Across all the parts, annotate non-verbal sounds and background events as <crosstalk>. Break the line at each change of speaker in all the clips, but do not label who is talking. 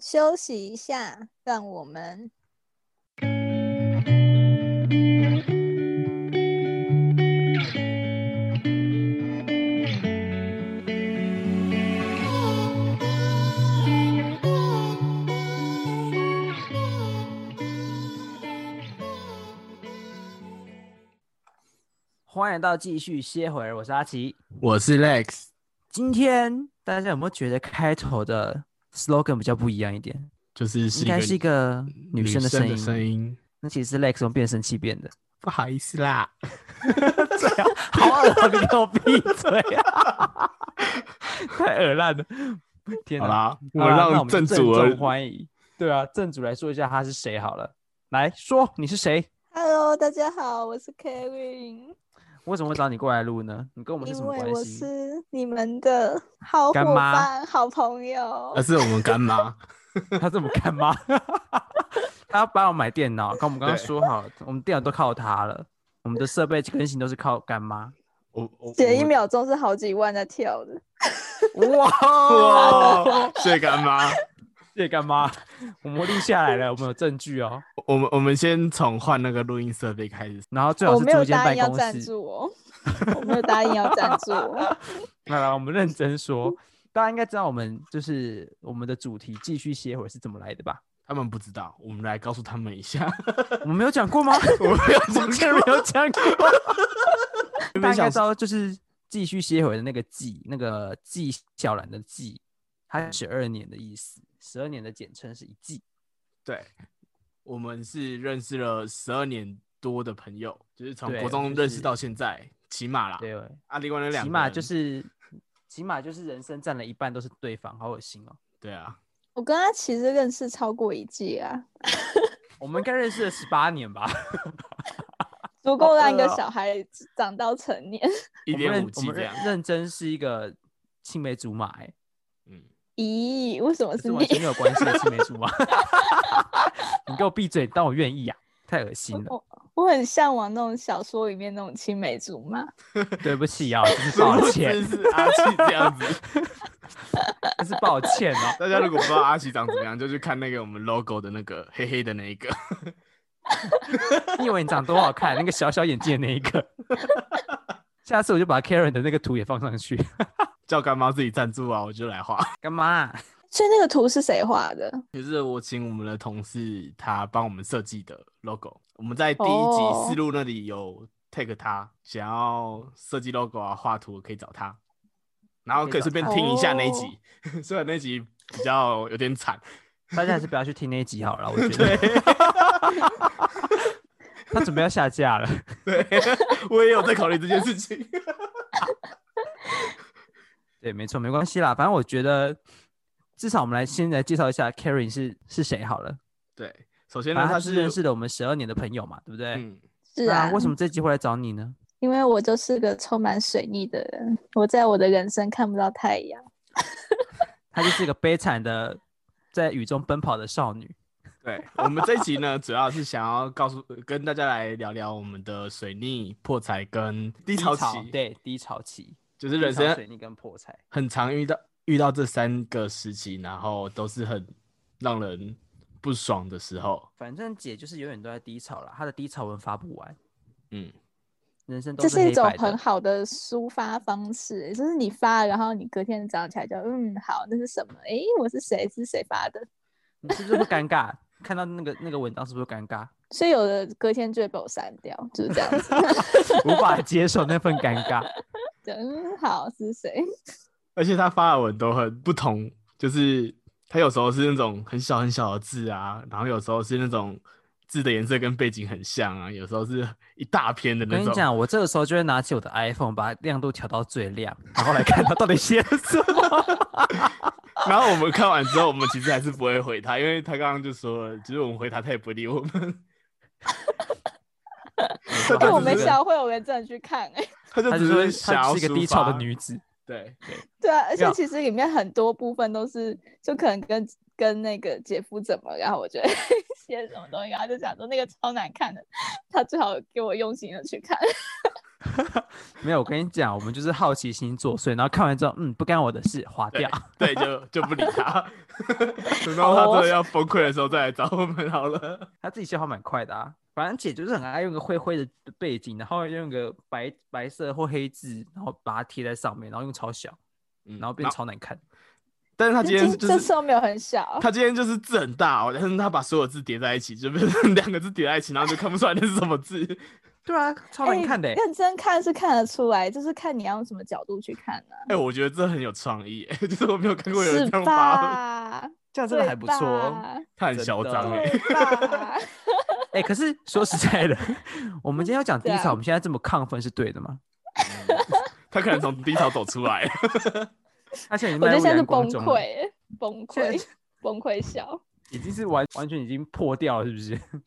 休息一下，让我们
欢迎到继续歇会儿，我是阿奇。
我是 Lex，
今天大家有没有觉得开头的 slogan 比较不一样一点？
就是是
应该是一个女生的
的
声音。
声音，
那其实是 Lex 用变声器变的。 <laughs>
不好意思啦，
最好，好恶你给我闭嘴啊！ <laughs> 太恶烂了，天
好
哪！
啦，
好
我
啦那
让
们
正主
重
儿
欢迎。对啊，正主来说一下他是谁好了。来说你是谁？
Hello，大家好，我是 Kevin，
为什么会找你过来录呢？你跟我们是什
因
么
为
关
我
系？
是你们的好
干
伙
妈呃
伴、好朋友
那。是我们干妈，
他这么干嘛？ <laughs> 他要帮我买电脑，跟我们刚刚
对
说好，我们电脑都靠他了，我们的设备更新都是靠干妈。
我
<laughs>
我
写一
我
秒钟是好几万在跳的，
哇！
哇，谢谢
<laughs>
干妈。
谢谢干妈，我们录下来了，我们有证据哦。
我们我们先从换那个录音设备开始，
然后最好
我
是
没
租
有
一间
答
办
应要
公
赞
室。
助
<laughs>
哦，我没有答应要赞助哦。
来来，我们认真说，大家应该知道我们就是我们的主题“继续歇会”是怎么来的吧？
他们不知道，我们来告诉他们
<laughs>
一下。
我们没有讲过吗？
哎我没有
我们竟然没有讲过。大家应该知道，就是继续歇会的那个“继”，那个纪晓岚的“纪”，它十二年的意思，十二年的简称是一季。
对，我们是认识了十二年多的朋友，就是从
对
国中
就
认
是
识到现在，起码啦。
对，
啊，另外那两
起
个
码
人
就是起码就是人生占了一半都是对方，好恶心哦。
对啊，
我跟他其实认识超过一季啊，
我们应该认识了十八年吧？
足够让一个
饿哦
小孩长到成年。
<laughs> 一
我们
点
认
五
我
G
们
这样
认。认真是一个青梅竹马、欸，
嗯，
咦，为什么 <laughs>
哎，
是
是
你
完？全没有关系的青梅竹马。 <laughs> 你给我闭嘴，当我愿意呀、啊太恶心了，
我我很向往那种小说里面那种青梅竹马。
对不起
<laughs>
啊，真是
是
抱
不
歉
是，是阿奇这样子？
真是抱歉哦、
<laughs> 大家如果不知道阿奇长怎么样，就去看那个我们 logo 的那个黑黑的那一个。 <laughs>
你以为你长多好看？那个小小眼睛的那一个。 <laughs> 下次我就把 Karen 的那个图也放上去。
叫干妈自己赞助啊，我就来 <laughs> 画。
干嘛？
所以那个图是谁画的？
就是我请我们的同事他帮我们设计的 logo。我们在第一
哦
集思路那里有 tag 他，想要设计 logo 啊、画图可以找他，然后可以顺便听一下那一集， <laughs> 虽然那集比较有点惨， <laughs>
大家还是不要去听那一集好了，我觉
对
得他准备要下架了。
对，我也有在考虑这件事情。 <laughs>
对，没错，没关系啦。反正我觉得，至少我们来先来介绍一下 Karen 是是谁好了。
对，首先
反
呢，
正
他
他是认识了我们十二年的朋友嘛，对不对？
嗯，
是
那
啊，
为什么这集会来找你呢？
因为我就是个充满水逆的人，我在我的人生看不到太阳。
她就是一个悲惨的在雨中奔跑的少女。
对我们这一集呢，主要是想要告诉跟大家来聊聊我们的水逆破财跟低潮期，
对，低潮期，
就是人
低潮
生
水逆跟破财。
很常遇到遇到这三个时期，然后都是很让人不爽的时候。
反正姐就是永远都在低潮啦，她的低潮文发不完，
嗯，
人生都
这
是
是一
黑
种
白的
很好的抒发方式，就是你发，然后你隔天早上起来就嗯好，那是什么？诶，我是谁？是谁发的？
你是不是会尴尬？看到那个那个文章是不是会尴尬？
所以有的隔天就会被我删掉，就是这样子。
无法接受那份尴 <laughs> 尬。
就嗯好，是谁？
而且他发的文都很不同，就是他有时候是那种很小很小的字啊，然后有时候是那种字的颜色跟背景很像啊，有时候是一大篇的
我
那
跟你
种。
讲，我这个时候就会拿起我的 iPhone，把亮度调到最亮，然后来看它到底写了什
<laughs>
么。
然后我们看完之后，我们其实还是不会回他，因为他刚刚就说了，就是我们回他，他也不理我们。
因为我
没
没
事
想到会有人真的去看、诶，
他就
她就
只
说
是想
她
要
就是一个
抒
低潮的
发，
女子。
对对，
对啊，而
没
且
有
其实里面很多部分都是，就可能跟跟那个姐夫怎么，然后 <laughs> 我觉得写什么东西，然后就想说那个超难看的，他最好给我用心的去看。
没有，我跟你讲，我们就是好奇心作祟，然后看完之后，嗯，不干我的事，划掉。
对，就就不理他，等到他
哦
真的要崩溃的时候再来找我们
<laughs>
好了。
<laughs> 他自己消化蛮快的啊。反正姐就是很爱用个灰灰的背景，然后用个白白色或黑字，然后把它贴在上面，然后用超小，
嗯
然后变超难看。
但是他今天
这
就
这次
是
都没有很小，
他今天就是字很大哦，但是他把所有字叠在一起，就变成两个字叠在一起，然后就看不出来那是什么字。
对啊，超难
哎
看的欸、
认真看是看得出来，就是看你要用什么角度去看
<laughs>
呢、
哎、我觉得这很有创意、 <laughs> 哎，就是我没有看过有人
是
这样发，
吧？
这样真
对
的还不错哦。
吧
他很嚣张
欸
哎。
对
<laughs>
吧？
哎、
<laughs>
可是说实在的，我们今天要讲低
对啊
潮，我们现在这么亢奋是对的吗？
<laughs> 他可能从低潮走出来，
他现在已经
我觉
迈
得
入
现在是
阳
崩
光中了，
溃，崩
现在
溃， <laughs> 崩溃笑，
已经是完完全已经破掉了，是不是？ <laughs>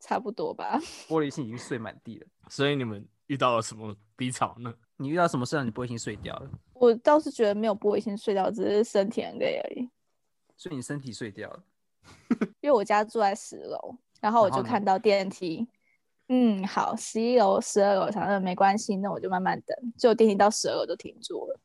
差不多吧。
玻璃心已经碎满地了。
所以你们遇到了什么低潮呢？
你遇到什么事让你玻璃心碎掉了？
我倒是觉得没有玻璃心碎掉，只是身体很累而已。
所以你身体碎掉了。 <laughs>
因为我家住在十楼，然后我
然后
就
呢
看到电梯，嗯，好，十一楼、十二楼，想说没关系，那我就慢慢等。结果电梯到十二楼就停住了，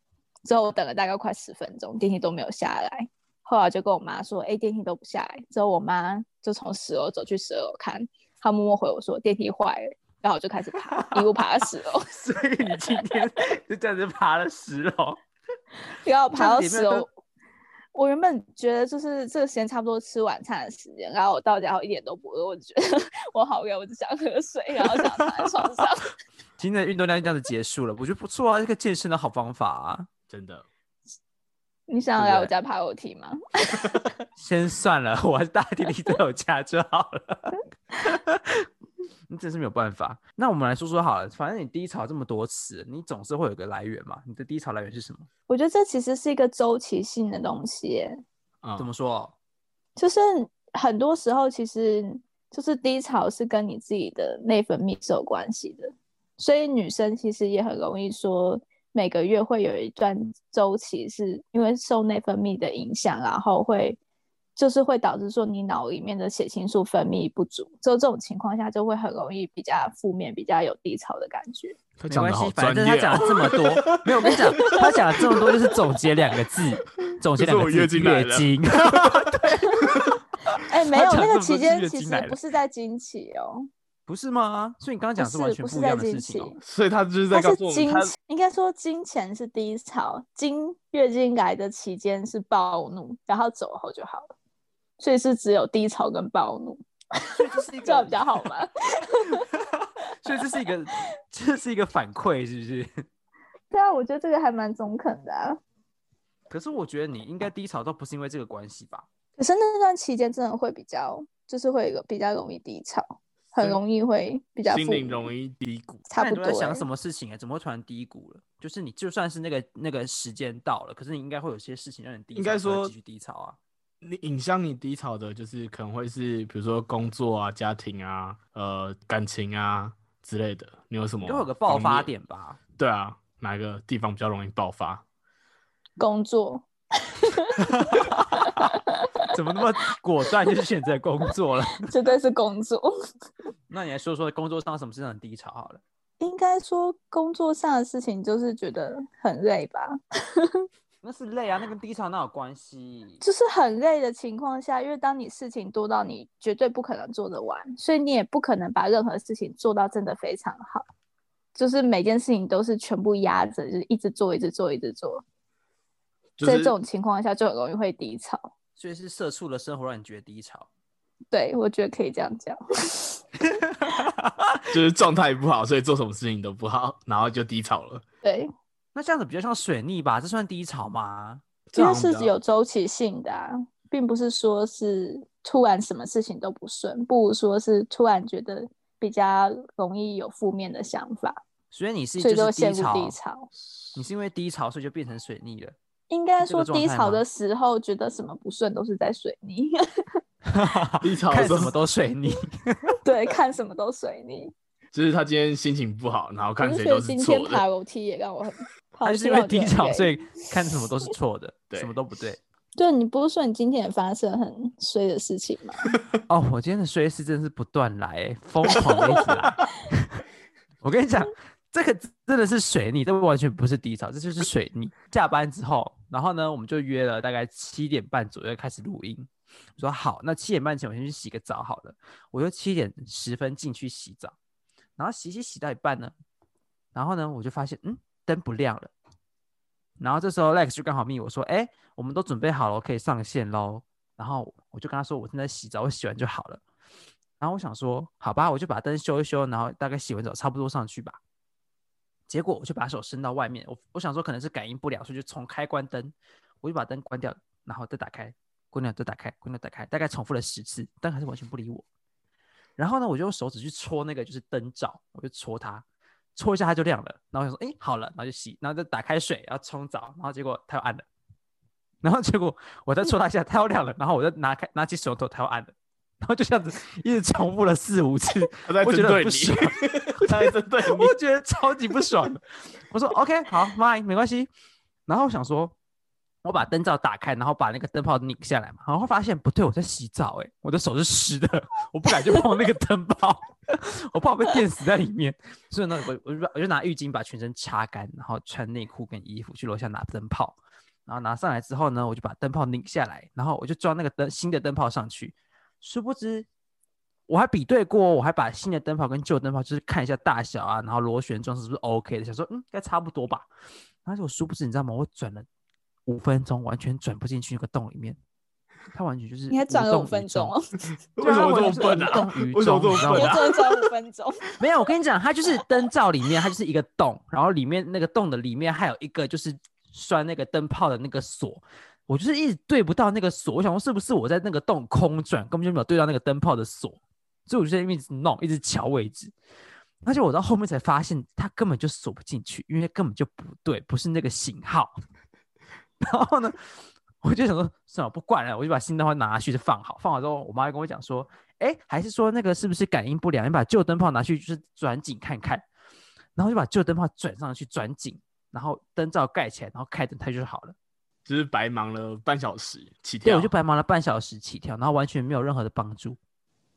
之后我等了大概快十分钟，电梯都没有下来。后来我就跟我妈说，哎、电梯都不下来。之后我妈就从十楼走去十二楼看，她默默回我说电梯坏了，然后我就开始爬，一路爬到十楼，
所以你今
<laughs>
天就这样子爬了十楼，
然后我爬
这样
到
里面
十
都
楼。我原本觉得就是这个时间差不多吃晚餐的时间，然后我到家后一点都不饿，我就觉得 <laughs> 我好累，我只想喝水，然后想躺在床上。 <laughs>
今天的运动量就这样子结束了，我觉得不错啊，这个健身的好方法啊。
真的，
你想
对
要
啊不
来我
对
家爬楼梯吗？
先算了， <laughs> 我还是大弟弟在我家就好了。 <laughs> 你真是没有办法。那我们来说说好了，反正你低潮这么多次，你总是会有个来源嘛。你的低潮来源是什么？
我觉得这其实是一个周期性的东西耶，
啊、
怎么说？
就是很多时候其实就是低潮是跟你自己的内分泌是有关系的，所以女生其实也很容易说每个月会有一段周期是因为受内分泌的影响，然后会就是会导致说你脑里面的血清素分泌不足，就这种情况下就会很容易比较负面，比较有低潮的感觉。
他
没
讲
关
的好
系，
专
反
业、啊
正他讲了这么
<laughs>
多，没有我跟你讲，他讲了这么多就是总结两个字，总结
就是
两个
我
字，
月经来了
经
哎，没
他
有，那
讲这
个
么
期
多是
间
月
其
经
实
来
不
了
是在经期哦，
<laughs> 不是吗？所以你刚刚
不
讲的
是
完全
不是
一
在
样的
经
事情
期
哦。，
<laughs> 所以他就是在
它
告
是
诉我们，
金
他
钱，应该说金钱是低潮，经月经来的期间是暴怒，然后走后就好了，所以是只有低潮跟暴怒，
所以这是一
这样
个
比较好吗？
<laughs> 所以这是一个，这是一个反馈，是不是？
<laughs> 对啊，我觉得这个还蛮中肯的、啊。
可是我觉得你应该低潮都不是因为这个关系吧？
可是那段期间真的会比较，就是会有一个比较容易低潮，很
心
容易会比较
心
负
灵
面
容易低谷。
差
那
不
你
多、
都在想
欸
什。么事情啊？怎么会突然低谷了？就是你就算是那个那个时间到了，可是你应该会有些事情让你低潮，
应该
所以
说
继续低潮啊。
你影响你低潮的，就是可能会是比如说工作啊、家庭啊、呃感情啊之类的。你有什么？
都有个爆发。点吧？
对啊，哪个地方比较容易爆发？
工作，
<laughs> 怎么那么果断就选择工作了？
绝对是工作。
<laughs>
<laughs>
那你来说说工作上什么事让你低潮好了？
应该说工作上的事情，就是觉得很累吧。
那是累啊，那跟低潮哪有关系？
就是很累的情况下，因为当你事情多到你绝对不可能做得完，所以你也不可能把任何事情做到真的非常好。就是每件事情都是全部压着，就是一直做，一直做，一直做。
就是
在这种情况下，就很容易会低潮。
所以是社畜的生活让你觉得低潮。
对，我觉得可以这样讲。
就是状态不好，所以做什么事情都不好，然后就低潮了。 <laughs>
对，
那这样子比较像水逆吧？这算低潮吗？
这
因为
好像
是
啊
比较
有周期性的、啊，并不是说是突然什么事情都不顺，不如说是突然觉得比较容易有负面的想法，
所以你是
所以
就
就
是
陷
低
入
潮，
低潮。
你是因为低潮所以就变成水逆 <laughs> 了。
应
是
该
这个
说
状
低
态
潮
吗
的时候，觉得什么不顺都是在水泥， <laughs>
低潮的
看
时
什
候
么都水逆，
对，看什么都水泥。
就是他今天心情不好，然后
我
看
就
谁
觉
都
得
是
今
错
天
的
爬。楼梯也让我很，
他
爬
就是
楼
因
梯让我
为低
觉得很
潮，
累
所以看什么都是错的，
对
什么都不对。
对你不是说你今天也发生很衰的事情吗？
<laughs> 哦，欸 <laughs> 我今天的衰事真是不断来、疯狂的一直来。我跟你讲，这个真的是水逆，这完全不是低潮，这就是水逆。下班之后，然后呢，我们就约了大概七点半左右开始录音。我说好，那七点半前我先去洗个澡好了。我就七点十分进去洗澡，然后洗洗洗到一半呢，然后呢，我就发现嗯灯不亮了。然后这时候 Lex 就刚好密我说，哎，我们都准备好了，可以上线喽。然后我就跟他说，我正在洗澡，我洗完就好了。然后我想说，好吧，我就把灯修一修，然后大概洗完澡差不多上去吧。结果我就把手伸到外面，我我想说可能是感应不了，所以就从开关灯，我就把灯关掉，然后再打开，关掉再打开，关掉打开，大概重复了十次，灯还是完全不理我。然后呢，我就用手指去戳那个就是灯罩，我就戳它，戳一下它就亮了。然后我想说，哎，好了，然后就洗，然后再打开水，然后冲澡，然后结果它又暗了。然后结果我再戳它一下，它又亮了。然后我再拿开拿起手龙头，它又暗了。然后就这样子一直重复了四五次，
他在
我觉
针
得
对
很不
你
爽。，
<laughs> 他在 <laughs> 针对
<laughs>
你。
我觉得超级不爽
<laughs>
的。我说 OK，好，fine，没关系。然后我想说，我把灯罩打开，然后把那个灯泡拧下来嘛，然后发现不对，我在洗澡、欸，我的手是湿的，我不敢去碰那个灯泡， <laughs> 我怕我被电死在里面。所以呢，我我就把我就拿浴巾把全身擦干，然后穿内裤跟衣服去楼下拿灯泡，然后拿上来之后呢，我就把灯泡拧下来，然后我就装那个灯新的灯泡上去，殊不知我还比对过，我还把新的灯泡跟旧灯泡就是看一下大小啊，然后螺旋状是不是 OK 的，想说嗯应该差不多吧。但是我殊不知你知道吗？我转了五分钟，完全转不进去那个洞里面，它完全就是
你还
无
转了
动
五
于
分
衷
钟哦，
为
对
什
啊
么
我就
这么
是
笨
无动
啊？
于
为什么
衷
这
你
你知道
么笨
吗
啊？
只能转五分钟，
<laughs> 没有，我跟你讲，它就是灯罩里面，它就是一个洞，然后里面那个洞的里面还有一个就是拴那个灯泡的那个锁，我就是一直对不到那个锁，我想说是不是我在那个洞空转，根本就没有对到那个灯泡的锁，所以我就在那边一直弄，一直瞧位置。而且我到后面才发现，它根本就锁不进去，因为根本就不对，不是那个型号。 <laughs> 然后呢，我就想说，算了，不管了，我就把新灯泡拿去就放好。放好之后，我妈就跟我讲说，哎，还是说那个是不是感应不良？你把旧灯泡拿去就是转紧看看，然后就把旧灯泡转上去转紧，然后灯罩盖起来，然后开灯它就好了。
就是白忙了半小时起
对，
跳，
我就白忙了半小时起跳，然后完全没有任何的帮助，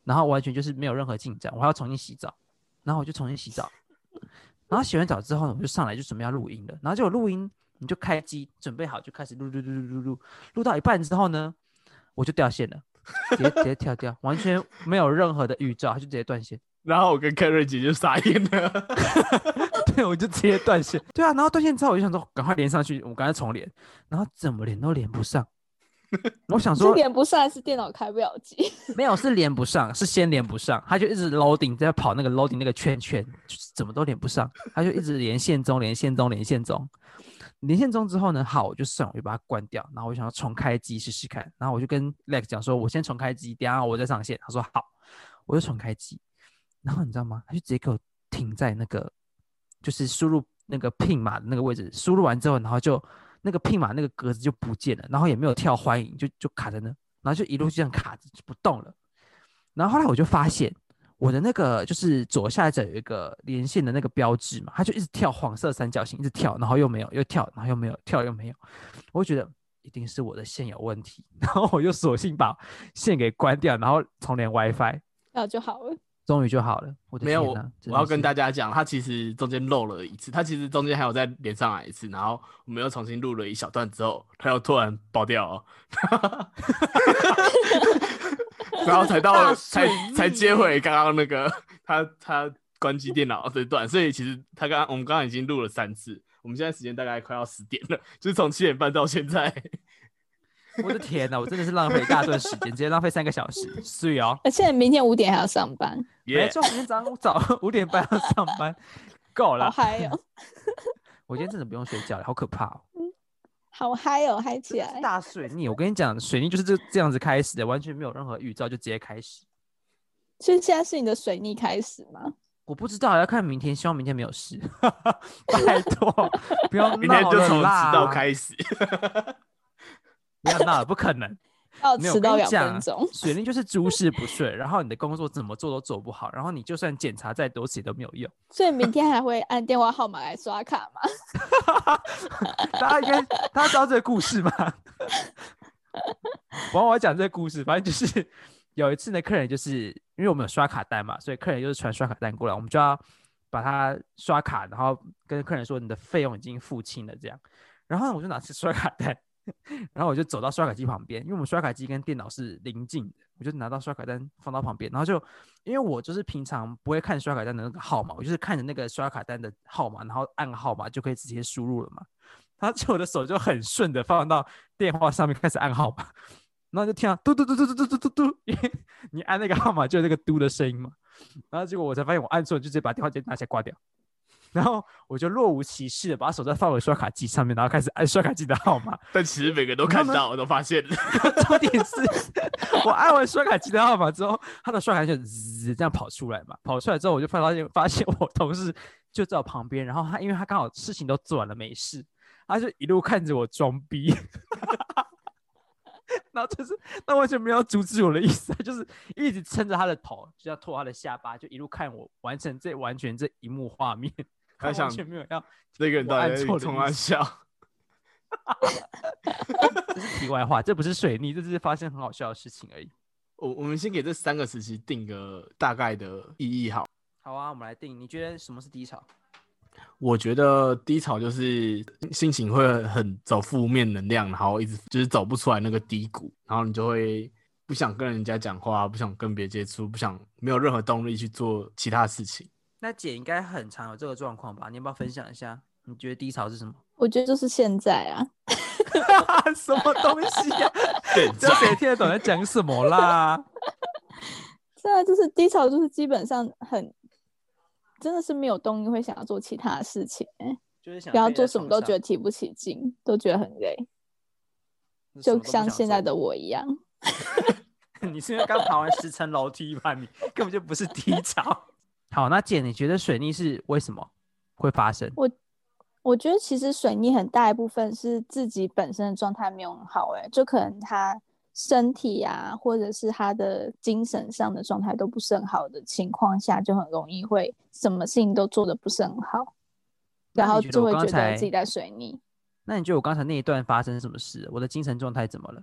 然后完全就是没有任何进展，我还要重新洗澡，然后我就重新洗澡，然后洗完澡之后呢，我就上来就准备要录音了，然后结果录音你就开机准备好就开始录录录录录录，录到一半之后呢，我就掉线了，直接直接跳掉，完全没有任何的预兆，它就直接断线。
然后我跟 k a r e 姐就傻眼了。 <laughs>
<laughs> 对，我就直接断线。对啊，然后断线之后，我就想说，赶快连上去，我赶快重连，然后怎么连都连不上。我想
是
说，
连不上还是电脑开不了机？ <laughs>
没有是连不上，是先连不上，他就一直 loading 在跑那个 loading 那个圈圈，就是怎么都连不上，他就一直连线中，连线中，连线中，连线中之后呢，好，我就算了，我就把它关掉，然后我想要重开机试试看，然后我就跟 Lex 讲说，我先重开机，等一下我再上线，他说好，我就重开机，然后你知道吗？他就直接给我停在那个就是输入那个 pin 码的那个位置，输入完之后，然后就那个 pin 码那个格子就不见了，然后也没有跳欢迎，就就卡在那，然后就一
嗯
路就这样卡着就不动了。然后后来我就发现我的那个就是左下角有一个连线的那个标志嘛，它就一直跳黄色三角形，一直跳，然后又没有，又跳，然后又没有，跳又没有，我就觉得。一定是我的线有问题， <laughs> 然后我就索性把线给关掉，然后重连 WiFi，
那就好了。
终于就好了。我的
没有，
天
我
哪！真
我要
的
跟
是
大家讲，他其实中间漏了一次，他其实中间还有再连上来一次，然后我们又重新录了一小段之后，他又突然爆掉、哦， <laughs> 然后才到
大
才
水逆
才接回刚刚那个他他关机电脑这段，所以其实他刚刚我们刚刚已经录了三次，我们现在时间大概快要十点了，就是从七点半到现在，
我的天呐，我真的是浪费一大段时间，直接浪费三个小时，所以哦，
而且明天五点还要上班，
没
耶、 <laughs>
错，我今天早上早五点半要上班，够
好
了，
嗨
<laughs>
哦，
我今天真的不用睡觉了，好可怕哦！
好嗨哦，嗨起
真的
来
<laughs> 是！大水逆，我跟你讲，水逆就是这这样子开始的，完全没有任何预兆就直接开始。
所以现在是你的水逆开始吗？
我不知道，要看明天，希望明天没有事。 <laughs> 拜托，不要
明天
闹
就
了
从迟
啦
到，开始，
不要闹了，不可能。
要
没有
迟到
我跟
两
你讲啊
分钟，
水逆就是诸事不顺，然后你的工作怎么做都做不好，然后你就算检查再多次也都没有用。
所以明天还会按电话号码来刷卡吗？
大家应该大家知道这个故事吗？往我讲这个故事，反正就是有一次呢，客人就是因为我们有刷卡单嘛，所以客人就是传刷卡单过来，我们就要把它刷卡，然后跟客人说你的费用已经付清了这样。然后呢，我就拿起刷卡单，然后我就走到刷卡机旁边，因为我们刷卡机跟电脑是临近的，我就拿到刷卡单放到旁边，然后就因为我就是平常不会看刷卡单的那个号码，我就是看着那个刷卡单的号码，然后按号码就可以直接输入了嘛。然后就我的手就很顺的放到电话上面开始按号码，然后就听到嘟嘟嘟嘟嘟嘟嘟嘟嘟，因为你按那个号码就有那个嘟的声音嘛。然后结果我才发现我按错，就直接把电话直接拿起来挂掉。然后我就若无其事的把手再放回刷卡机上面，然后开始按刷卡机的号码。
<laughs> 但其实每个都看
<laughs>
到，我都发现了。
重点是我按完刷卡机的号码之后，他的刷卡就滋这样跑出来嘛，跑出来之后我就发现发现我同事就在我旁边，然后他因为他刚好事情都做完了没事，他就一路看着我装逼。 <laughs> 然后就是，他完全没有阻止我的意思，他就是一直撑着他的头，就要拖他的下巴，就一路看我完成这完全这一幕画面。
<laughs> 他
完
想
全没有要
这个人
我
到
按
底
错
在
的
冲
意
他
思
笑？
题外话，这不是水逆，这只是发生很好笑的事情而已。
<laughs> 我我们先给这三个时期定个大概的意义好。
好啊，我们来定，你觉得什么是低潮？
我觉得低潮就是心情会很走负面能量，然后一直就是走不出来那个低谷，然后你就会不想跟人家讲话，不想跟别人接触，不想没有任何动力去做其他事情。
那姐应该很常有这个状况吧？你要不要分享一下？你觉得低潮是
<laughs>
<laughs> 什么？
我觉得就是现在啊，
什么东西呀、
<laughs> 对，
<laughs> 这谁听得懂在讲什么啦？
是啊，就是低潮，就是基本上很，真的是没有动力会想要做其他的事情、欸，
<laughs> 就是想
不要
废在
做什么
床
都
上
觉得提不起劲，都觉得很累，
那什么
就
都不
像
想
现在
做
的我一样。
<laughs> 你是因为刚爬完十层楼梯吧？你根本就不是低潮。 <laughs> 好，那姐，你觉得水逆是为什么会发生？
我觉得其实水逆很大一部分是自己本身的状态没有很好、欸，就可能他身体啊，或者是他的精神上的状态都不是很好的情况下，就很容易会什么事情都做得不是很好，
那
然
你
后
觉得
就
我
会
刚
觉得
才
自己在水逆。
那你觉得我刚才那一段发生什么事？我的精神状态怎么了？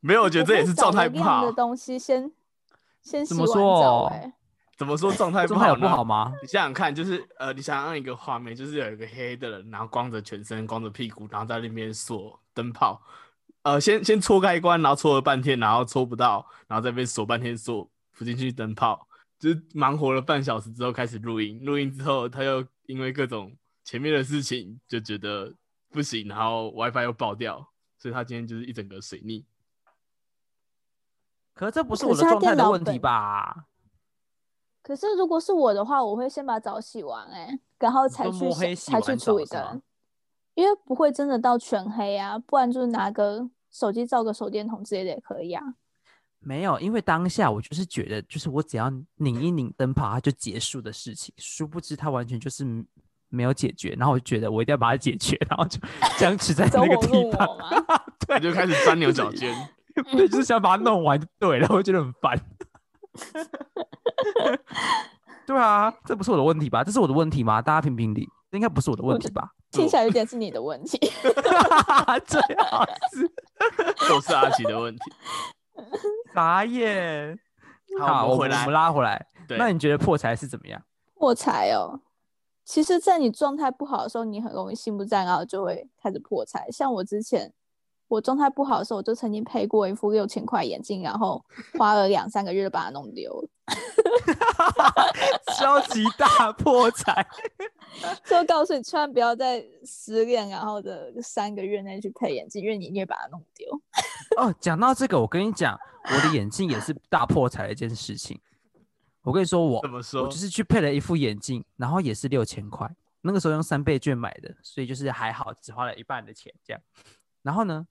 没有，我觉得这
会
也是
找
状
能
态不
量
好
的。东西先先洗
怎么
完澡、
说哦
欸，
怎么说状态不
状态
好
有
呢？
不好吗？
你想想看，就是呃，你想象一个画面，就是有一个黑的人，然后光着全身，光着屁股，然后在那边锁灯泡，呃，先先戳开关，然后戳了半天，然后戳不到，然后再被锁半天锁不进去灯泡，就是忙活了半小时之后开始录音，录音之后他又因为各种前面的事情就觉得不行，然后 WiFi 又爆掉，所以他今天就是一整个水逆。
可是这不是
可
我的
是他
状态
电
的
脑
问题
本
吧？
可是如果是我的话，我会先把澡洗完、欸，然后
你
才
说
去
摸
想
黑洗
才去
完
处理
澡是吗
灯，因为不会真的到全黑啊，不然就是拿个手机照个手电筒之类的也可以
<laughs>
啊。
没有，因为当下我就是觉得，就是我只要拧一拧灯泡，它就结束的事情。殊不知它完全就是没有解决，然后我就觉得我一定要把它解决， <laughs> 然后就僵持在
走
那个
火入
地方
魔吗。
对，
你就开始钻牛
<laughs>
角尖，
对，就是想把它
<laughs>
弄完就对了，我觉得很烦。对啊，这不是我的问题吧？这是我的问题吗？大家评评理，这应该不是我的问题吧？ <laughs>
听起来有点是你的问题，
最好 <laughs> 是
都是阿奇的问题。
傻眼。
好，
我
们回
们
来
我们。拉回来。
对，
那你觉得破财是怎么样？
破财哦。其实，在你状态不好的时候，你很容易心不在焉，然后就会开始破财。像我之前，我状态不好的时候，我就曾经赔过一副六千块眼镜，然后花了两三个月就把它弄丢了。 <laughs>
<laughs> 超级大破财。
就告诉你，千万不要在失恋然后的三个月内去配眼镜，因为你一定会把它弄丢。
哦，讲到这个，我跟你讲，我的眼镜也是大破财的一件事情。我跟你说，我
怎么说
我就是去配了一副眼镜，然后也是六千块，那个时候用三倍券买的，所以就是还好，只花了一半的钱这样。然后呢，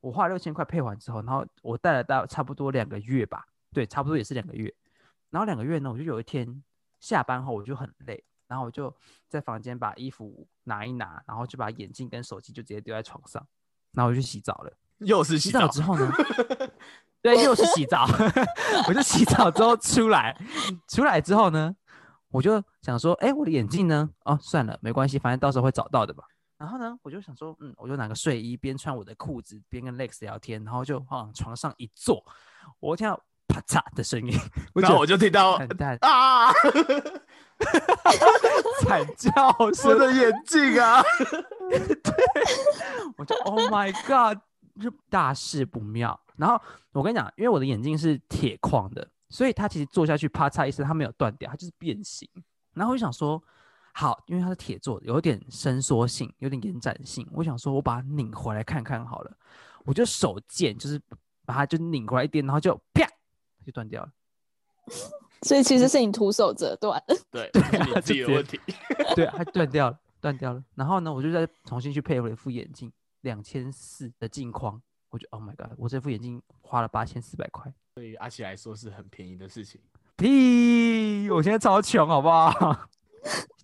我花六千块配完之后，然后我戴了大差不多两个月吧，对，差不多也是两个月。然后两个月呢，我就有一天下班后我就很累，然后我就在房间把衣服拿一拿，然后就把眼镜跟手机就直接丢在床上，然后我就去洗澡了。
又是洗
洗
澡
澡之后呢， <laughs> 对，又是洗澡， <laughs> 我就洗澡之后出来，出来之后呢，我就想说，哎、我的眼镜呢？哦，算了，没关系，反正到时候会找到的吧。然后呢，我就想说，嗯，我就拿个睡衣，边穿我的裤子，边跟 Lex 聊天，然后就往床上一坐，我听到啪嚓的声音，我
然后
就 <laughs>
我就听到 <laughs>
很淡，
啊，
惨叫
我
声，
的眼镜啊！
我就 Oh my God，就 <laughs> 大事不妙。然后我跟你讲，因为我的眼镜是铁框的，所以它其实坐下去啪嚓一声，它没有断掉，它就是变形。然后我就想说，好，因为它是铁做的，有点伸缩性，有点延展性。我想说，我把它拧回来看看好了。我就手贱，就是把它就拧回来一点，然后就啪就断掉了。
所以其实是你徒手折断。
<laughs>
<laughs>
对，
对
是
啊
你自己
就
的
直
问题。
对，它断掉了，断掉了。然后呢，我就再重新去配回一副眼镜，两千四的镜框。我就 Oh my God，我这副眼镜花了八千四百块。
对于阿奇来说是很便宜的事情。
屁！我现在超穷，好不好？ <laughs>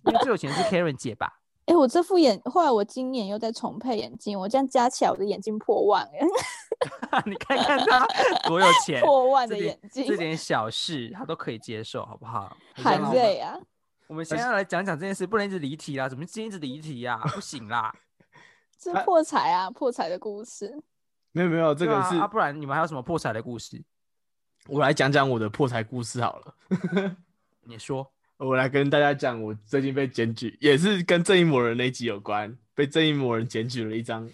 因为最有钱是 Karen 姐吧？
哎、我这副眼，后来我今年又在重配眼镜，我这样加起来我的眼镜破万、欸，
<laughs> 你看看她多有 <laughs> 钱，
<laughs> 破万
这
的
点
眼镜
这，点小事她都可以接受，好不好？
含
好
泪啊！
我们现在要来讲讲这件事，不能一直离题啦，怎么今天一直离题 <laughs> 呀、不行啦！
这
他
破财啊，破财的故事。
没有没有，这
对
个
啊
是
啊，不然你们还有什么破财的故事？
我来讲讲我的破财故事好了。
你说，
我来跟大家讲，我最近被检举，也是跟正义魔人那一集有关，被正义魔人检举了一张。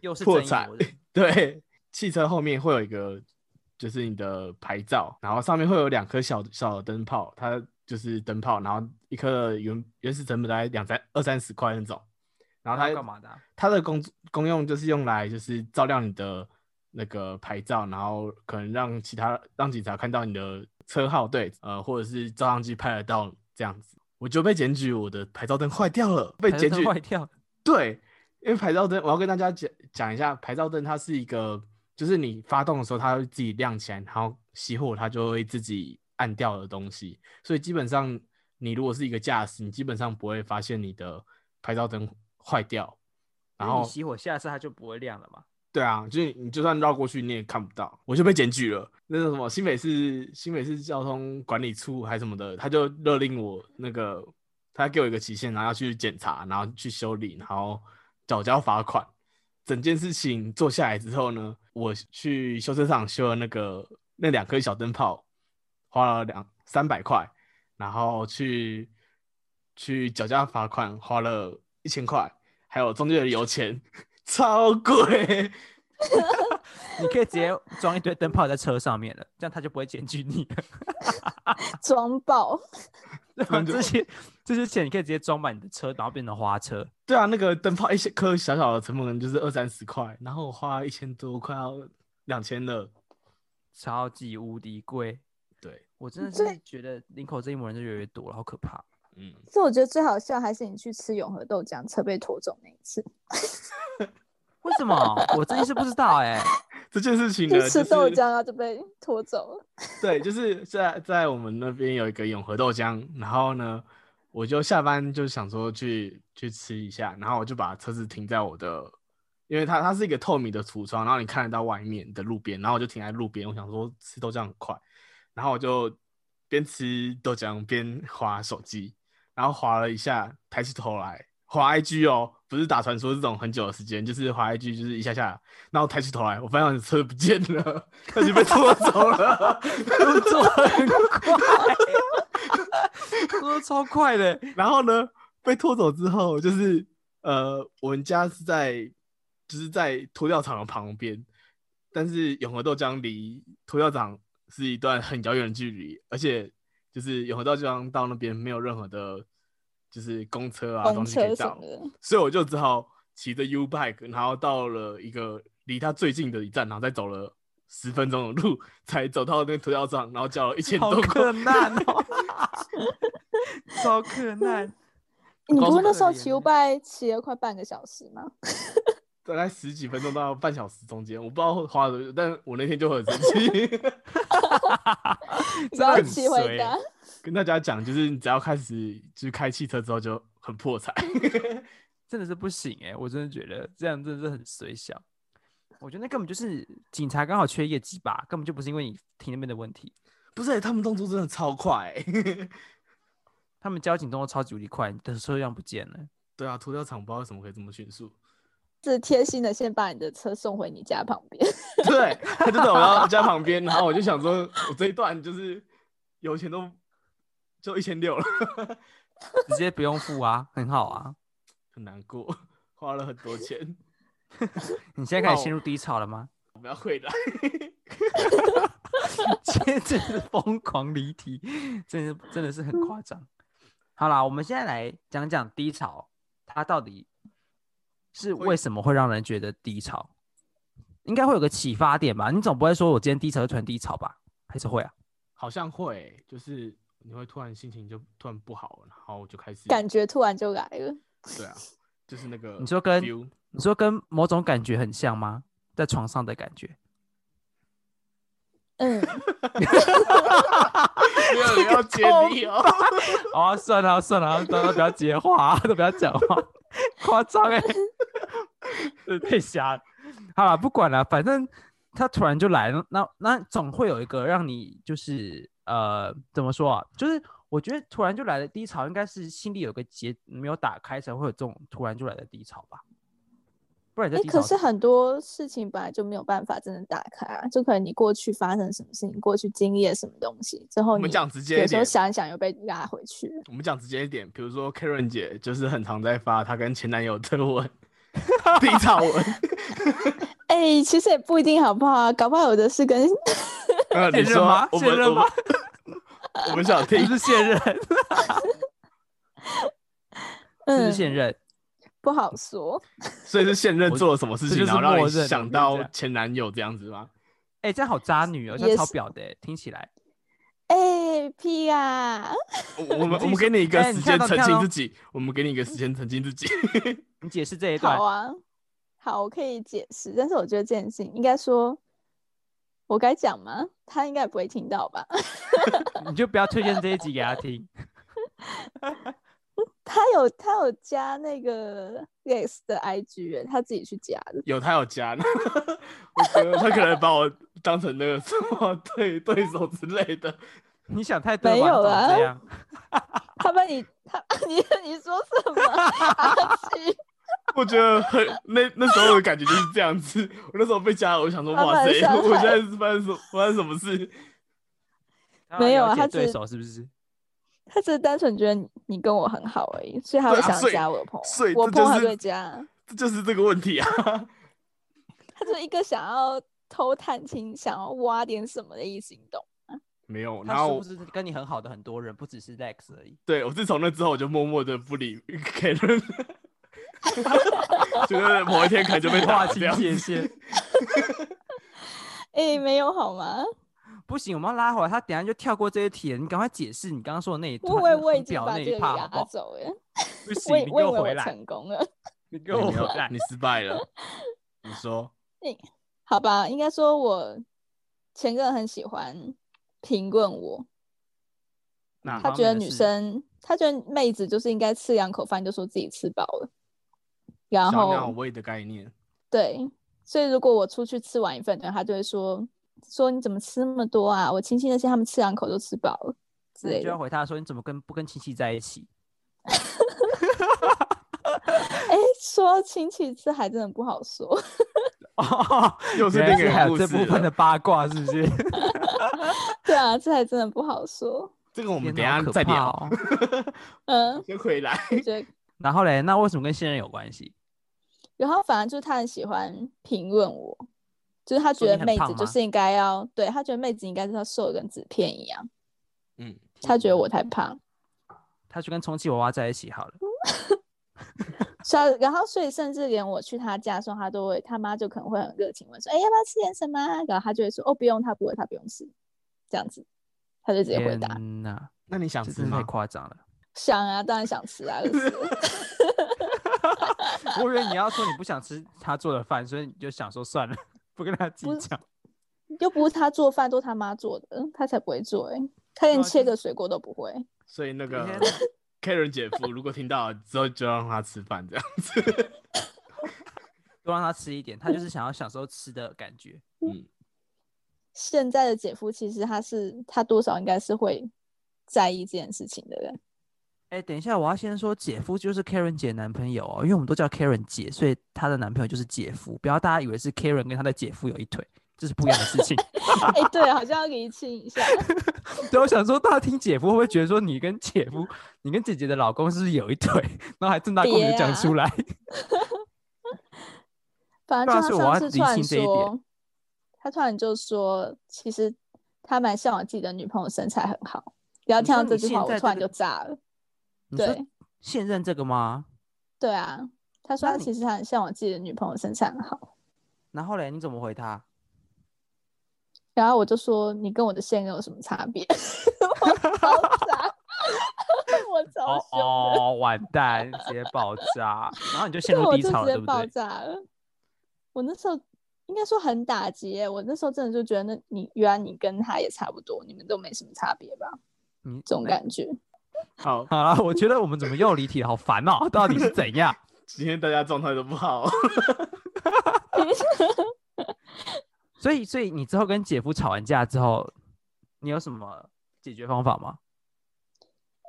又是
破
正义
财
魔人
对，汽车后面会有一个，就是你的牌照，然后上面会有两颗小小的灯泡，它就是灯泡，然后一颗的原原始成本大概两三二三十块那种，然后
他
它
要干嘛的啊、
它的功功用就是用来就是照亮你的那个牌照，然后可能让其他让警察看到你的车号，对，呃，或者是照相机拍得到这样子。我就被检举我的牌照灯坏掉了，被
牌
检
灯
举
坏掉了，
对，因为牌照灯，我要跟大家讲讲一下，牌照灯它是一个，就是你发动的时候，它会自己亮起来，然后熄火它就会自己按掉的东西。所以基本上，你如果是一个驾驶，你基本上不会发现你的牌照灯坏掉。 <laughs> 然
因为
后
你，熄火，下次它就不会亮了嘛。
对啊，就是你就算绕过去，你也看不到，我就被检举了。那个什么新北市新北市交通管理处还什么的，他就勒令我那个，他给我一个期限，然后要去检查，然后去修理，然后缴交罚款。整件事情做下来之后呢，我去修车厂修了那个那两颗小灯泡，花了两三百块，然后去去缴交罚款花了一千块，还有中间的油钱 <laughs> 超贵。
你可以直接装一堆灯泡在车上面了，这样他就不会检举你了。
装爆，
对吧这些这些钱你可以直接装满你的车，然后变成花车。
对啊，那个灯泡一些颗小小的成本可能就是二三十块，然后我花一千多，快要两千了。
超级无敌贵。
对，
我真的
这
是觉得林口这一魔人就越来越多了，好可怕！
嗯，
所以我觉得最好笑还是你去吃永和豆浆车被拖走那一次，
为什么？我真的是不知道哎、
这件事情呢，
<laughs> 去
啊就
吃豆
是
浆然后就被拖走了。
对，就是在在我们那边有一个永和豆浆，然后呢，我就下班就想说去去吃一下，然后我就把车子停在我的，因为它它是一个透明的橱窗，然后你看得到外面的路边，然后我就停在路边，我想说吃豆浆很快，然后我就边吃豆浆边划手机，然后划了一下，抬起头来划 IG 哦，不是打传说这种很久的时间，就是划 IG 就是一下下，然后抬起头来，我发现我的车不见了， <laughs> 它已经被拖走了。
动作很快，动作超快的。
然后呢，被拖走之后，就是呃，我们家是在就是在拖吊厂的旁边，但是永和豆浆离拖吊厂是一段很遥远的距离，而且就是永和豆浆到那边没有任何的，就是公车啊
公
东西可
车
以
什
到
么，的，
所以我就只好骑着 U bike，然后到了一个离他最近的一站，然后再走了十分钟的路，才走到那个拖吊厂，然后交了一千
好
多块
可。难哦，超可难。
你
高
不
速
是那
可
时候
以
骑
耶
U 拜骑了快半个小时
<laughs>
吗？
大概十几分钟到半小时中间，我不知道花了多久，但我那天就很生气。 <laughs>
你要
很
骑回
衰
欸
家，
跟大家讲，就是你只要开始就是开汽车之后就很破财。
真的是不行哎、我真的觉得这样真的是很随小。我觉得那根本就是警察刚好缺业绩吧，根本就不是因为你停那边的问题，
<laughs> 不是、欸他们动作真的超快、欸
他们交警动作超级无敌快，你的车辆不见了。
<laughs> 对啊，涂掉厂不知道为什么可以这么迅速。 <laughs>
是贴心的先把你的车送回你家旁边。
嗯对， <laughs> 他就在我家家旁边，然后我就想说，我这一段就是油钱都就一千六了， <laughs>
直接不用付啊，很好啊。
很难过，花了很多钱，
你现在开
哇
始陷入低潮了吗？
<laughs> 我们要回来。
<laughs> 今天真的是疯狂离题，真的真的是很夸张。好啦，我们现在来讲讲低潮，它到底是
会
为什么会让人觉得低潮？应该会有个启发点吧？你总不会说我今天低潮就突然低潮吧？还是会啊？
好像会欸、就是你会突然心情就突然不好，然后就开
<laughs>
始
感觉突然就来
<laughs>
了。
对啊，就是那个
你说跟
feel
你说跟某种感觉很像吗？在床上的感觉，
嗯，
<laughs>
没有人要接你哦，
哦，算了算了，都都不要接话、啊，都不要讲
<laughs>
话，夸张哎，真的太瞎了。好了，不管了，反正他突然就来了，那那总会有一个让你就是呃怎么说啊？就是我觉得突然就来的低潮，应该是心里有个结没有打开，才会有这种突然就来的低潮吧。不然你
哎、
在低潮
可是很多事情本来就没有办法真的打开啊，就可能你过去发生什么事情，过去经历了什么东西之后，
我
你
们讲直接
有
一
时候
点，
想一想又被拉回去了。
<laughs> 我们讲直接一点，比如说 Karen 姐就是很常在发她跟前男友
<laughs>
的文低潮文，
哎、其实也不一定好不好啊，搞不好有的是
<laughs>
跟
呃，
现
你
任
说
吗
啊我
现
们
任
我们
吗
<laughs> 我们想听
不，是
<laughs>
现任，不
嗯
是现任，
不好说。
所以是现任做了什么事
这
情，
就是
然后让
默
你
认了
想
我跟你
到
讲
前男友这样子
<laughs>
吗？
哎、这样好渣女哦，这
也
样超
是
婊的欸，听起来。
哎、屁呀、
我我们
自己
我们给你一个
哎
时
你看
间
到
澄
你看
清
到
自己，我们给你一个时间澄清自己。 <laughs>
你解释这一段
好，啊，好，我可以解释，但是我觉得这件事情应该说，我该讲吗？他应该不会听到吧？ <laughs>
你就不要推荐这一集给他听。
他有他有加那个 Lex 的 IG，耶他自己去加的。
有他有加， <laughs> 我觉得他可能把我当成那个什么对对手之类的。
你想太多了
没
吧，
有
你怎么
啊
这样。
他把你他 <laughs> 你你说什
<laughs>
么？阿奇
我觉得很那那时候的感觉就是这样子。我那时候被加了，我想说
他
哇塞
蛮，伤
我现
害
在是发生什么发生什么事？
他
没有
了
啊
解
他
对
只
手是不是？
他只是单纯觉得你你跟我很好而已，所以他
对
会
啊
想
所以
加我的朋
所以
友，我
这
朋友他
就是
就会加。
这就是这个问题啊！
他就是一个想要偷探亲、想要挖点什么的意思，你懂？
<laughs> 没有，然
他是
后
不是跟你很好的很多人，不只是 Lex 而已？
对我自从那之后，我就默默的不理 <laughs> Karen，觉得某一天可能就被
划
打
清
掉。
界限，
哎、
嗯
没有好吗？
<laughs> 不行，我们要拉回来。他等一下就跳过这一题了，你赶快解释你刚刚说的那一段，
我以为
那
我已
啊
经
很表
把这
那
个
一
给
趴好不
压
好？
走了，
不
我
行，
以
你
我
给
以为
回
我
来，
成功了。
你给
你
我
没有
回来
你。失败 <laughs> 了。你说
好吧，应该说我前个人很喜欢评论我，
哪
他
方
觉
面
得
的
女
事
生，他觉得妹子就是应该吃两口饭就说自己吃饱了，然
小鸟
后
胃的概念，
对，所以如果我出去吃完一份呢，他就会说说你怎么吃那么多啊？我亲戚那些他们吃两口就吃饱了之
那你
类
就要
的。
回他说你怎么跟不跟亲戚在一 <laughs> 起？
哎，说到亲戚吃还真的不好说。 <laughs>
哦，
<laughs> 又是
原来
那个
还有
故
这
事
部分
了
的八卦是不 <laughs> 是？
对啊，这还真的不好说。
这个我
天
们等一
哪好
下
可
再
怕
聊。
哦
嗯，
先回来，
我觉得，
然后嘞，那为什么跟现任有关系？
然后反正就是他很喜欢评论我，就是他觉
说你
得
很
妹
胖
子就
吗
是应该要，对他觉得妹子应该是要瘦的跟纸片一样，
嗯，
他觉得我太
嗯
胖，
他去跟充气娃娃在一起好了。
所以然后所以甚至连我去他家的时候，他都会他妈就可能会很热情问说，哎，要不要吃点什么啊？然后他就会说，哦，不用，他不会，他不用吃，这样子，他就直接回答，
天哪，
那你想
这
吃
真的太
吗？
夸张了。
想啊，当然想吃啊，就是
<laughs> 我以为你要说你不想吃他做的饭，所以你就想说算了，不跟他计
不是
较。
又不是他做饭，都他妈做的，他才不会做哎、他连
对啊就
切
是
个水果都不会。
所以那个
天
Karen 姐夫如果听到了之后，就让他吃饭这样子。
多让他吃一点，他就是想要享受吃的感觉。
嗯，
现在的姐夫其实他是他多少应该是会在意这件事情的人。
哎、等一下，我要先说姐夫就是 Karen 姐的男朋友哦，因为我们都叫 Karen 姐，所以她的男朋友就是姐夫。不要大家以为是 Karen 跟她的姐夫有一腿，这是不一样的事
<laughs>
情。
哎、对，好像要厘清一下。
对，我想说，大家听姐夫会不会觉得说你跟姐夫，你跟姐姐的老公是不是有一腿？ <laughs> 然后还正大光明
别
地讲
啊
出
<laughs>
来。
反
对啊
正就
所以我
他
要
上次
厘
突然
清这一点
说，他突然就说，其实他蛮向往自己的女朋友身材很好。然后
你
听
说
到
你
这句
现
话，我
在
突然
这
就
个
炸了。
你说
对
现任这个吗？
对啊，他说
那
他
你
其实他很向往自己的女朋友身材很好。
然后嘞，你怎么回他？
然后我就说，你跟我的现任有什么差别？ <laughs> 我超傻， <laughs> 我超
哦
凶的。
哦，完蛋，直接爆炸。然后你就陷
对，
入
我
低
就
潮
直接
了，对不
爆
对？
炸了。我那时候应该说很打击耶、我那时候真的就觉得，那你原来你跟他也差不多，你们都没什么差别吧？
你
这种
那
感觉。
好，
好了，我觉得我们怎么又离题了，好烦哦！到底是怎样？
今天大家状态都不好。 <laughs>
所以，所以你之后跟姐夫吵完架之后，你有什么解决方法吗？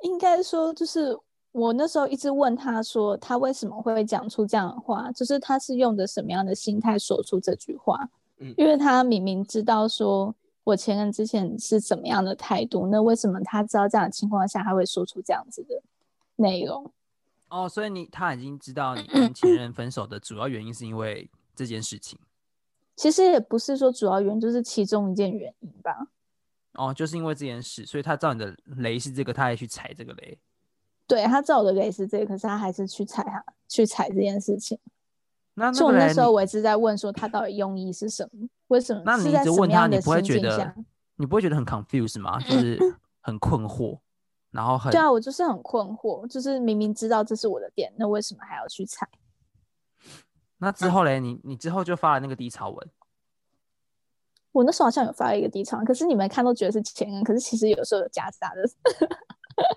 应该说，就是我那时候一直问他说，他为什么会讲出这样的话，就是他是用着什么样的心态说出这句话？
嗯
因为他明明知道说我前任之前是怎么样的态度，那为什么他知道这样的情况下，他会说出这样子的内容？
哦，所以你他已经知
<clears throat>
道你跟前任分手的主要原因是因为这件事情
其实也不是说主要原因，就是其中一件原因吧。
哦，就是因为这件事，所以他知道你的雷是这个，他也去踩这个雷。
对他知道我的雷是这个，可是他还是去踩他，去踩这件事情。
那那
所以我
个
那
雷
时候
你
我一直在问说他到底用意是什么？为什么？
那
是
你一
在
直
什么
问他，
样
你
的
不会
心
觉
境下
得？你不会觉得很 confused 吗？
<clears throat>
就是很困惑，然后很
对啊，我就是很困惑，就是明明知道这是我的点，那为什么还要去踩？
那
嗯
之后嘞，你你之后就发了那个低潮文，
我那时候好像有发了一个低潮，可是你们看都觉得是前任，可是其实有时候有夹杂的。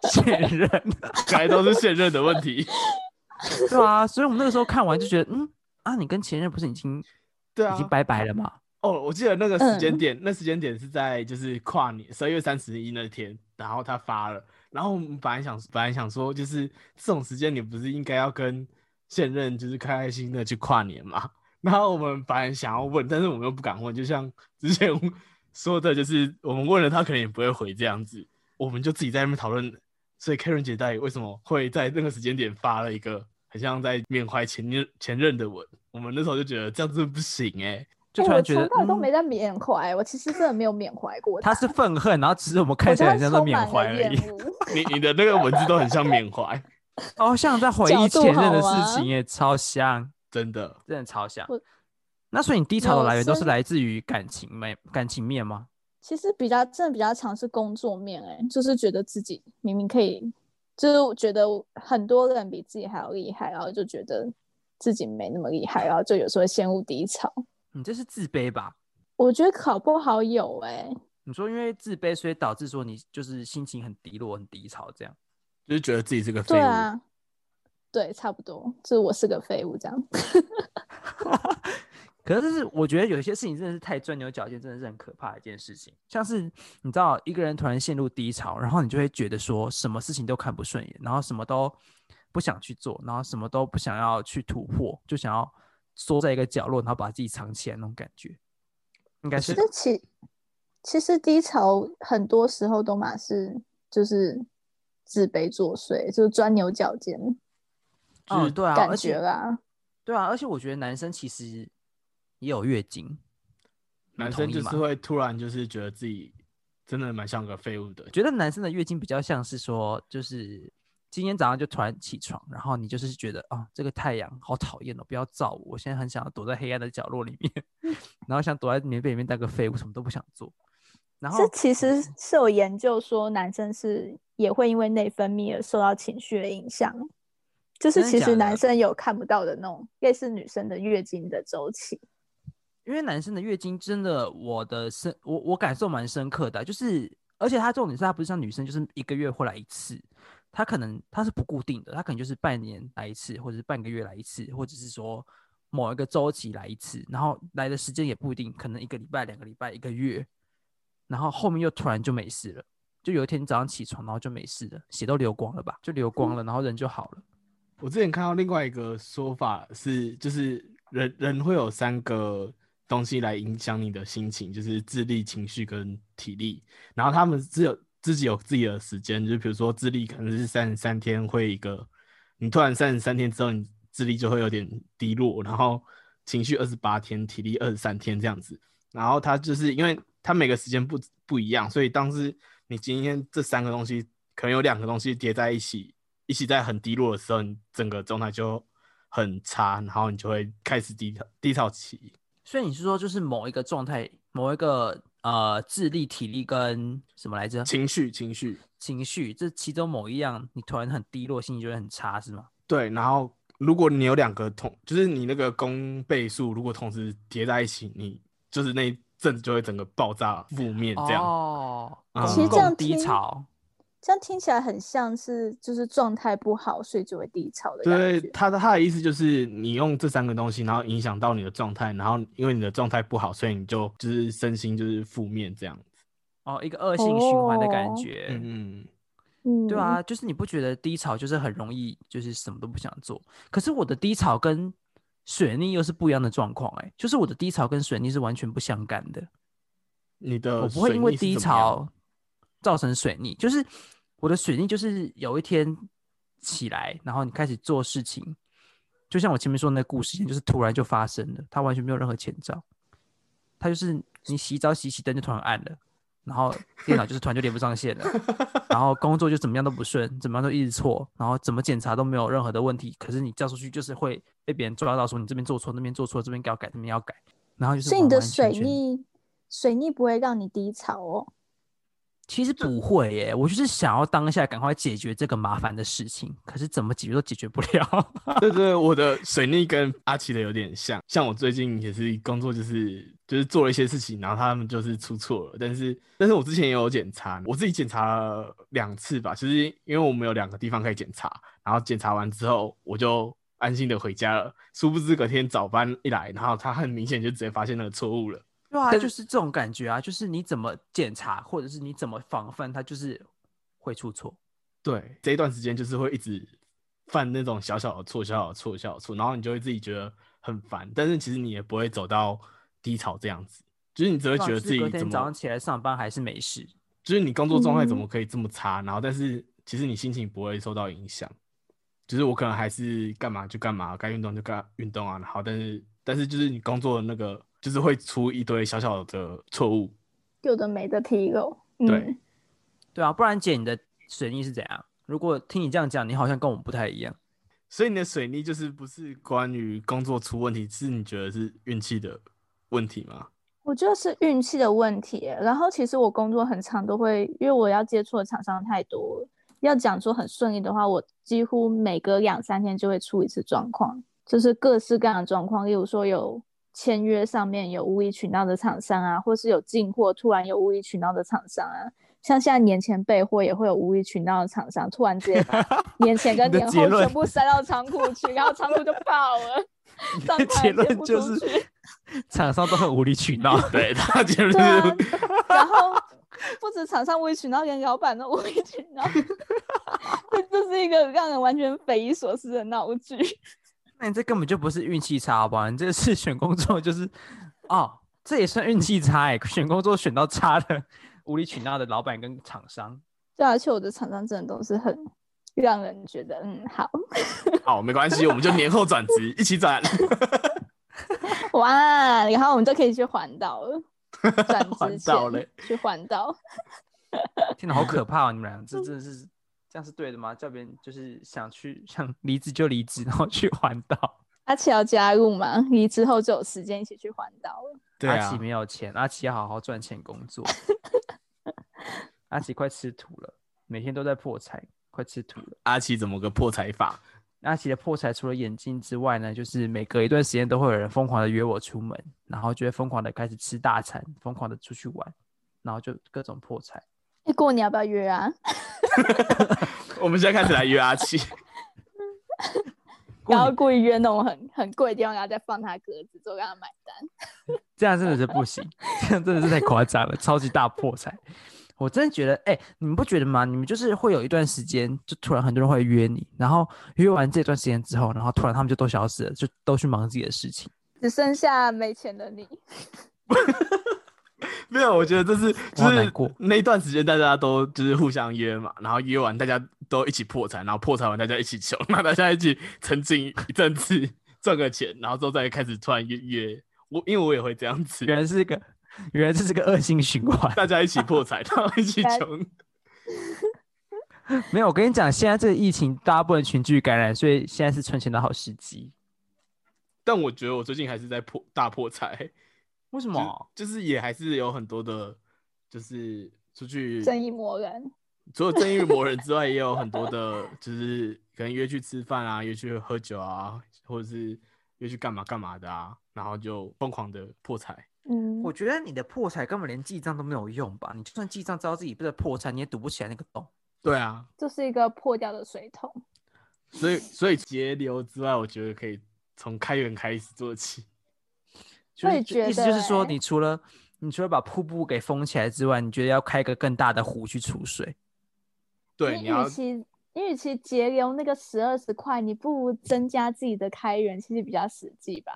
前任， <laughs>
改都是现任的问题。
对啊，所以我们那个时候看完就觉得，嗯啊，你跟前任不是已经
对
啊
已经拜拜了
哎
吗？
哦，我记得那个时间
嗯
点，那时间点是在就是跨年十二月三十一那天，然后他发了，然后我们本来想本来想说，就是这种时间你不是应该要跟现任就是开开心心的去跨年嘛？ <laughs> 然后我们本来想要问，但是我们又不敢问，就像之前 <laughs> 说的，就是我们问了他可能也不会回这样子，我们就自己在那边讨论。所以 Karen 姐到底为什么会在那个时间点发了一个很像在缅怀前任前任的文？我们那时候就觉得这样子不行哎、
就
哎 <laughs>
突
我
然觉
从
得
头到尾都
嗯
没在缅怀，我其实真的没有缅怀过
他是愤恨，然后只是我们看
我
起
对他
来很像在
充
缅
满
怀
了
而
厌
已，
恶。
你你的那个文字都很像缅怀，
哦，像在回
角
忆
度
前任的
好
事情
啊
耶，超像，
真的。
真的超像
我。
那所以你低潮的
有
来源都是
深
来自于感情面，感情面吗？
其实比较真的比较常是工作面、哎，就是觉得自己明明可以，就是觉得很多人比自己还要厉害，然后就觉得自己没那么厉害，然后就有时候会陷入低潮。
你这是自卑吧？
我觉得考不好有哎、
你说因为自卑，所以导致说你就是心情很低落、很低潮这样。
就是觉得自己是个废
对
物，
啊，对，差不多，就是我是个废物这样。
可是，是我觉得有些事情真的是太钻牛角尖，真的是很可怕的一件事情。像是你知道，一个人突然陷入低潮，然后你就会觉得说什么事情都看不顺眼，然后什么都不想去做，然后什么都不想要去突破，就想要缩在一个角落，然后把自己藏起来那种感觉，应该是
那其其实低潮很多时候都嘛是就是自卑作祟，就是钻牛角尖
就
哦，
是
对啊，
感
而且
觉啦。
对啊，而且我觉得男生其实也有月经，你
男
同
生
意
就
吗
是会突然就是觉得自己真的蛮像个废物的
我。觉得男生的月经比较像是说，就是今天早上就突然起床，然后你就是觉得啊，这个太阳好讨厌哦，不要照我，我现在很想要躲在黑暗的角落里面， <laughs> 然后想躲在棉被里面当个废物，什么都不想做。然后
这其实是有研究说，男生是也会因为内分泌而受到情绪的影响，就是
真的
其
假
实男
的
生有看不到的那种类似女生的月经的周期。
因为男生的月经真的，我的深，我我感受蛮深刻的，啊就是而且他重点是他不是像女生，就是一个月会来一次，他可能他是不固定的，他可能就是半年来一次，或者是半个月来一次，或者是说某一个周期来一次，然后来的时间也不一定，可能一个礼拜、两个礼拜、一个月，然后后面又突然就没事了，就有一天早上起床，然后就没事了，血都流光了吧，就流光了，然后人就好了。
我之前看到另外一个说法是，就是人人会有三个东西来影响你的心情，就是智力、情绪跟体力。然后他们只有自己有自己的时间，就比如说智力可能是三十三天会一个，你突然三十三天之后，你智力就会有点低落，然后情绪二十八天，体力二十三天这样子。然后他就是因为他每个时间不不一样，所以当时你今天这三个东西可能有两个东西叠在一起，一起在很低落的时候，你整个状态就很差，然后你就会开始低潮低潮期。
所以你是说，就是某一个状态，某一个呃智力、体力跟什么来着？
情绪，情绪，
情绪，这其中某一样，你突然很低落，心情就会很差，是吗？
对。然后如果你有两个同，就是你那个公倍数，如果同时叠在一起，你就是那一阵子就会整个爆炸负面这样。
哦，
嗯
其实这样
公共低
听
潮，
这样听起来很像是就是状态不好，所以就会低潮的感
对
觉。
他的他的意思就是，你用这三个东西，然后影响到你的状态，然后因为你的状态不好，所以你就就是身心就是负面这样。
哦，一个恶性循环的感
哦
觉。
嗯嗯，
嗯，
对啊，就是你不觉得低潮就是很容易，就是什么都不想做？可是我的低潮跟水逆又是不一样的状况，哎，就是我的低潮跟水逆是完全不相干的。
你的
我不会
水
因为
逆是
低
怎么样，
潮造成水逆，就是我的水逆就是有一天起来，然后你开始做事情，就像我前面说的那个故事，就是突然就发生了，它完全没有任何前兆，它就是你洗澡洗洗灯就突然暗了，然后电脑就是突然就连不上线了，然后工作就怎么样都不顺，怎么样都一直错，然后怎么检查都没有任何的问题，可是你交出去就是会被别人抓到，说你这边做错，那边做错，这边要改，那边要改，然后就是
所以你
完
的
完全
水
全
逆，水逆不会让你低潮哦。
其实不会耶，我就是想要当下赶快解决这个麻烦的事情，可是怎么解决都解决不了。 <laughs>
<laughs> 对对，我的水逆跟阿奇的有点像。像我最近也是工作，就是就是做了一些事情，然后他们就是出错了。但是但是我之前也有检查，我自己检查了两次吧，就是因为我们有两个地方可以检查，然后检查完之后我就安心的回家了。殊不知隔天早班一来，然后他很明显就直接发现那个错误了。
对啊，
但
就是这种感觉啊，就是你怎么检查，或者是你怎么防范，它就是会出错。
对，这一段时间就是会一直犯那种小小的错、小小的错、小小的错，然后你就会自己觉得很烦，但是其实你也不会走到低潮这样子，就是你只会
对啊
觉得
就是
自己
隔
怎
天早
么
上，起来上班还是没事。
就是你工作状态怎么
嗯
可以这么差，然后但是其实你心情不会受到影响，就是我可能还是干嘛就干嘛，该运动就干运动啊，然后但是但是就是你工作的那个就是会出一堆小小的错误，
有的没的提漏。
对
嗯，
对啊，不然姐你的水逆是怎样？如果听你这样讲，你好像跟我们不太一样。
所以你的水逆就是不是关于工作出问题，是你觉得是运气的问题吗？
我觉得是运气的问题耶。然后其实我工作很长都会，因为我要接触的厂商太多了，要讲说很顺利的话，我几乎每隔两三天就会出一次状况，就是各式各样的状况，例如说有。签约上面有无理取闹的厂商啊，或是有进货突然有无理取闹的厂商啊，像现在年前备货也会有无理取闹的厂商，突然直接把年前跟
<laughs> 你的
年后
结论
全部塞到仓库去，然后仓库就爆了，
<laughs>
上
你的
班
结
也接
论
不
就
出
是
去。
厂商都很无理取闹。
对，
<laughs>
他结论
对啊
是，
<laughs> 然后不止场上无理取闹，连老板都无理取闹，
<laughs>
这就是一个让人完全匪夷所思的闹剧。
那你这根本就不是运气差，好不好？你这个是选工作，就是哦，这也算运气差哎、 <laughs> 选工作选到差的、无理取闹的老板跟厂商。
对啊，而且我的厂商真的都是很让人觉得嗯好
好，没关系，我们就年后转职，一起
<laughs>
转。
哇，然后我们就可以去环岛
<laughs>
了。转
环
之
岛
前
嘞
去环岛，
天哪，好可怕哦！你们俩这真的是这样是对的吗？叫别人就是想去想离职就离职，然后去环岛。
阿奇要加入嘛？离职后就有时间一起去环岛了。
<laughs> 对
阿
啊
奇，没有钱，阿奇要好好赚钱工
<laughs>
作。阿奇快吃土了，每天都在破财，快吃土了。
阿奇怎么个破财法？
那其实破财除了眼镜之外呢，就是每隔一段时间都会有人疯狂的约我出门，然后就会疯狂的开始吃大餐，疯狂的出去玩，然后就各种破财。
哎，过年要不要约啊？
我们现在开始来约阿奇， <laughs>
然后故意约那种很很贵的地方，然后再放他鸽子，就让他买单。
这样真的是不行，这样真的是太夸张了，超级大破财。我真的觉得，哎、你们不觉得吗？你们就是会有一段时间，就突然很多人会约你，然后约完这段时间之后，然后突然他们就都消失了，就都去忙自己的事情。
只剩下没钱的你。
没有，我觉得这是
我
就
好难
是
过
那一段时间大家都就是互相约嘛，然后约完大家都一起破产，然后破产完大家一起穷， <laughs> 然后大家一起沉浸一阵子 <laughs> 赚个钱，然后之后再开始突然约约我，因为我也会这样子，
原来是个，原来这是个恶性循环。
大家一起破
<laughs>
产，然后一起穷。
没有，我跟你讲，现在这个疫情大家不能群聚感染，所以现在是存钱的好时机。
但我觉得我最近还是在破大破财，
为什
就
么？
就是也还是有很多的，就是出去
正义魔人，
除了正义魔人之外，也有很多的，就是可能约去吃饭啊，约去喝酒啊，或者是约去干嘛干嘛的啊，然后就疯狂的破财。
嗯，
我觉得你的破财根本连记账都没有用吧？你就算记账知道自己不是破财，你也堵不起来那个洞。
对啊，
就是一个破掉的水桶。
所以所以节流之外，我觉得可以从开源开始做起。
就
我
是
也
就
觉
意思
得
就是说，
欸
你除了你除了把瀑布给封起来之外，你觉得要开一个更大的湖去储水？
对，你
你与
要
其你与其节流那个十二十块，你不如增加自己的开源，其实比较实际吧，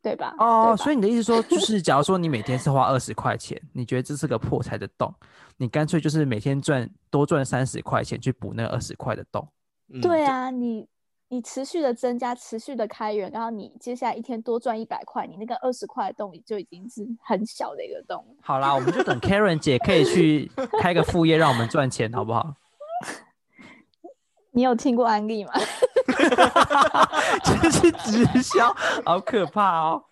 对吧？
哦，所
以
以你的意思说，就是假如说你每天是花二十块钱，你觉得这是个破财的洞，你干脆就是每天赚多赚三十块钱去补那二十块的洞。
嗯
对，啊，你你持续的增加，持续的开源，然后你接下来一天多赚一百块，你那个二十块的洞就已经是很小的一个洞了。
好啦，我们就等 Karen 姐可以去开个副业，让我们赚钱，好不好？ <laughs>
你有听过安
<laughs>
利吗？
这是直销，好可怕哦！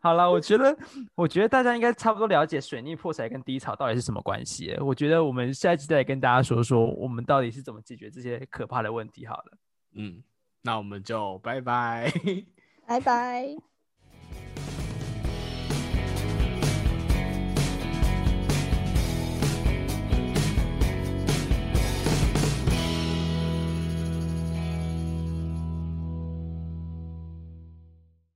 好了，我觉得，我觉得大家应该差不多了解水逆破财跟低潮到底是什么关系了。我觉得我们下一集再来跟大家说说，我们到底是怎么解决这些可怕的问题。好了。
嗯，那我们就拜拜。
拜拜。